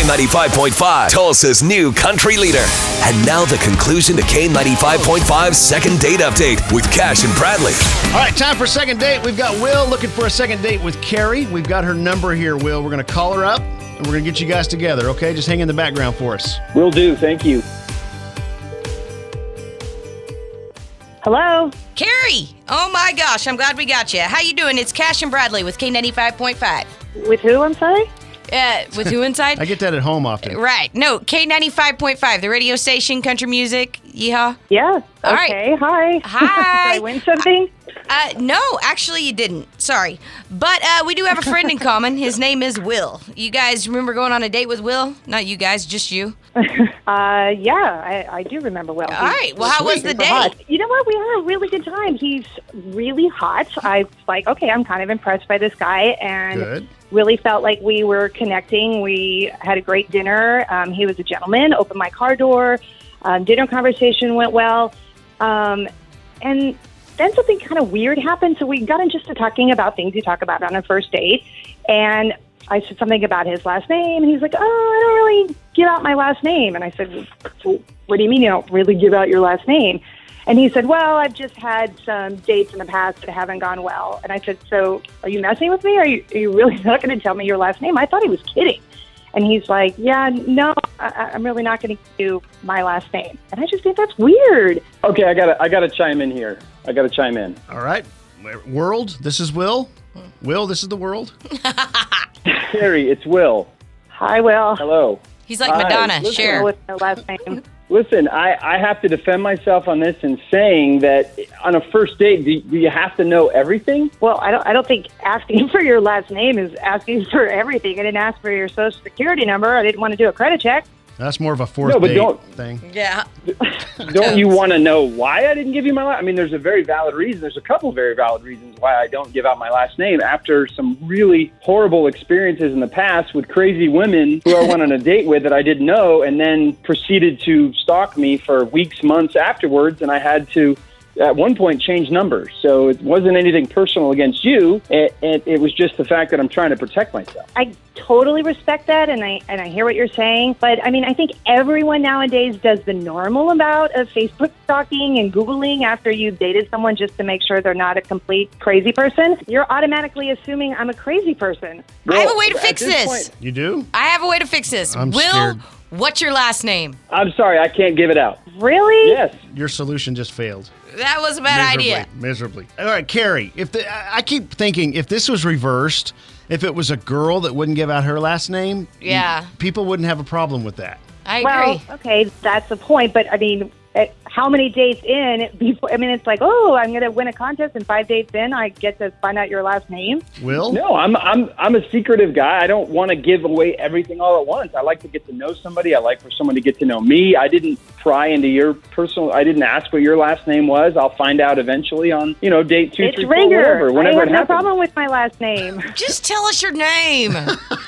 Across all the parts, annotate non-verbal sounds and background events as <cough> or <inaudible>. K95.5, Tulsa's new country leader. And now the conclusion to K95.5's second date update with Cash and Bradley. All right, time for second date. We've got Will looking for a second date with Carrie. We've got her number here, Will. We're going to call her up and we're going to get you guys together, okay? Just hang in the background for us. Will do. Thank you. Hello. Carrie, oh my gosh, I'm glad we got you. How you doing? It's Cash and Bradley with K95.5. With who I'm sorry? Uh, with who <laughs> inside? I get that at home often. right. No, K95.5, the radio station, country music. Yeehaw. Yeah. All right. okay. Hi. <laughs> Hi. Did I win something? Uh, no, actually, you didn't. Sorry. But uh, we do have a friend in common. His name is Will. You guys remember going on a date with Will? Not you guys, just you. uh, yeah, I, I do remember well. All right. Well, how was the super hot. date? You know what? We had a really good time. He's really hot. I was like, okay, I'm kind of impressed by this guy, and Good. really felt like we were connecting. We had a great dinner. Um, he was a gentleman. Opened my car door. Um, dinner conversation went well, um, and then something kind of weird happened. So we got into just talking about things you talk about on a first date, and I said something about his last name, and he's like, "Oh, I don't really give out my last name." And I said, "Well, "What do you mean you don't really give out your last name?" And he said, "Well, I've just had some dates in the past that haven't gone well." And I said, "So, are you messing with me? Are you, are you really <laughs> not going to tell me your last name?" I thought he was kidding. And he's like, "Yeah, no, I- I, I'm really not going to do my last name." And I just think that's weird. Okay, I gotta I gotta chime in here. I gotta chime in. All right. World, this is Will. Will, this is the world. Terry, it's Will. Hi, Will. Hello. He's like Hi. Madonna. Listen, Will Share. With no last name. Listen, I, I have to defend myself on this in saying that on a first date, do, do you have to know everything? Well, I don't. I don't think asking <laughs> for your last name is asking for everything. I didn't ask for your social security number. I didn't want to do a credit check. That's more of a fourth No, but date don't- thing. Yeah. Don't you want to know why I didn't give you my last? I mean, there's a very valid reason. There's a couple very valid reasons why I don't give out my last name after some really horrible experiences in the past with crazy women who I went on a date with that I didn't know, and then proceeded to stalk me for weeks, months afterwards, and I had to. At one point, change numbers. So it wasn't anything personal against you. It, it, it was just the fact that I'm trying to protect myself. I totally respect that, and I and I hear what you're saying. But I mean, I think everyone nowadays does the normal amount of Facebook stalking and googling after you've dated someone just to make sure they're not a complete crazy person. You're automatically assuming I'm a crazy person. I have a Girl, way to at fix this this. point- You do? I have a way to fix this. I'm Will, scared. what's your last name? I'm sorry, I can't give it out. Really? Yes. Your solution just failed. That was a bad miserably, idea. Miserably. All right, Carrie. If the, I I keep thinking if this was reversed, if it was a girl that wouldn't give out her last name, Yeah. you- people wouldn't have a problem with that. I agree. Well, okay, that's the point. But I mean, eh, how many dates in before? I mean, it's like, oh, I'm going to win a contest, and five dates in, I get to find out your last name. Will? No, I'm I'm I'm a secretive guy. I don't want to give away everything all at once. I like to get to know somebody. I like for someone to get to know me. I didn't pry into your personal. I didn't ask what your last name was. I'll find out eventually on you know date two, It's three, four, whatever, Ringer. whenever I have it no happens. problem with my <laughs> last name. Just tell us your <laughs> name.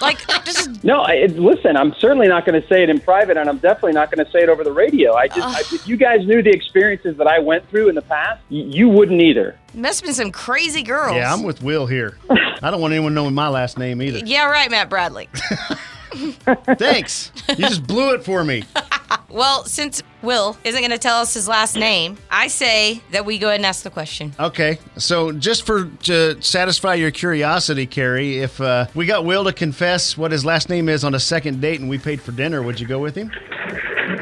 like, just No, I, it, listen. I'm certainly not going to say it in private, and I'm definitely not going to say it over the radio. I just, I, if you guys knew the experiences that I went through in the past, y- you wouldn't either. must have been some crazy girls. Yeah, I'm with Will here. I don't want anyone knowing my last name either. Yeah, right, Matt <laughs> Bradley. Thanks. You just blew it for me. Well, since Will isn't going to tell us his last name, I say that we go ahead and ask the question. Okay, so just for to satisfy your curiosity, Carrie, if uh, we got Will to confess what his last name is on a second date and we paid for dinner, would you go with him?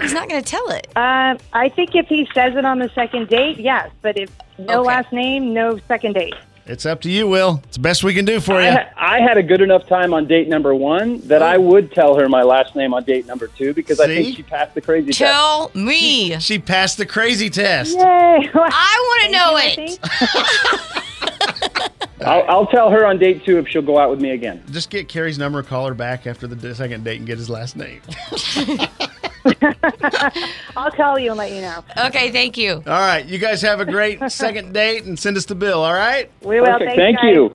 He's not going to tell it. Um, I think if he says it on the second date, yes. But if no Okay. last name, no second date. <laughs> It's up to you, Will. It's the best we can do for you. I, I had a good enough time on date number one that I would tell her my last name on date number two because I See? think she passed the crazy test. Tell me. She passed the crazy test. <laughs> Yay! I want to know I it. think. I'll, I'll tell her on date two if she'll go out with me again. Just get Carrie's number, call her back after the d- second date, and get his last name. I'll tell you and let you know. Okay, thank you. all right, you guys have a great second date and send us the bill, all right? We will. Perfect. Thanks, Thank guys. you.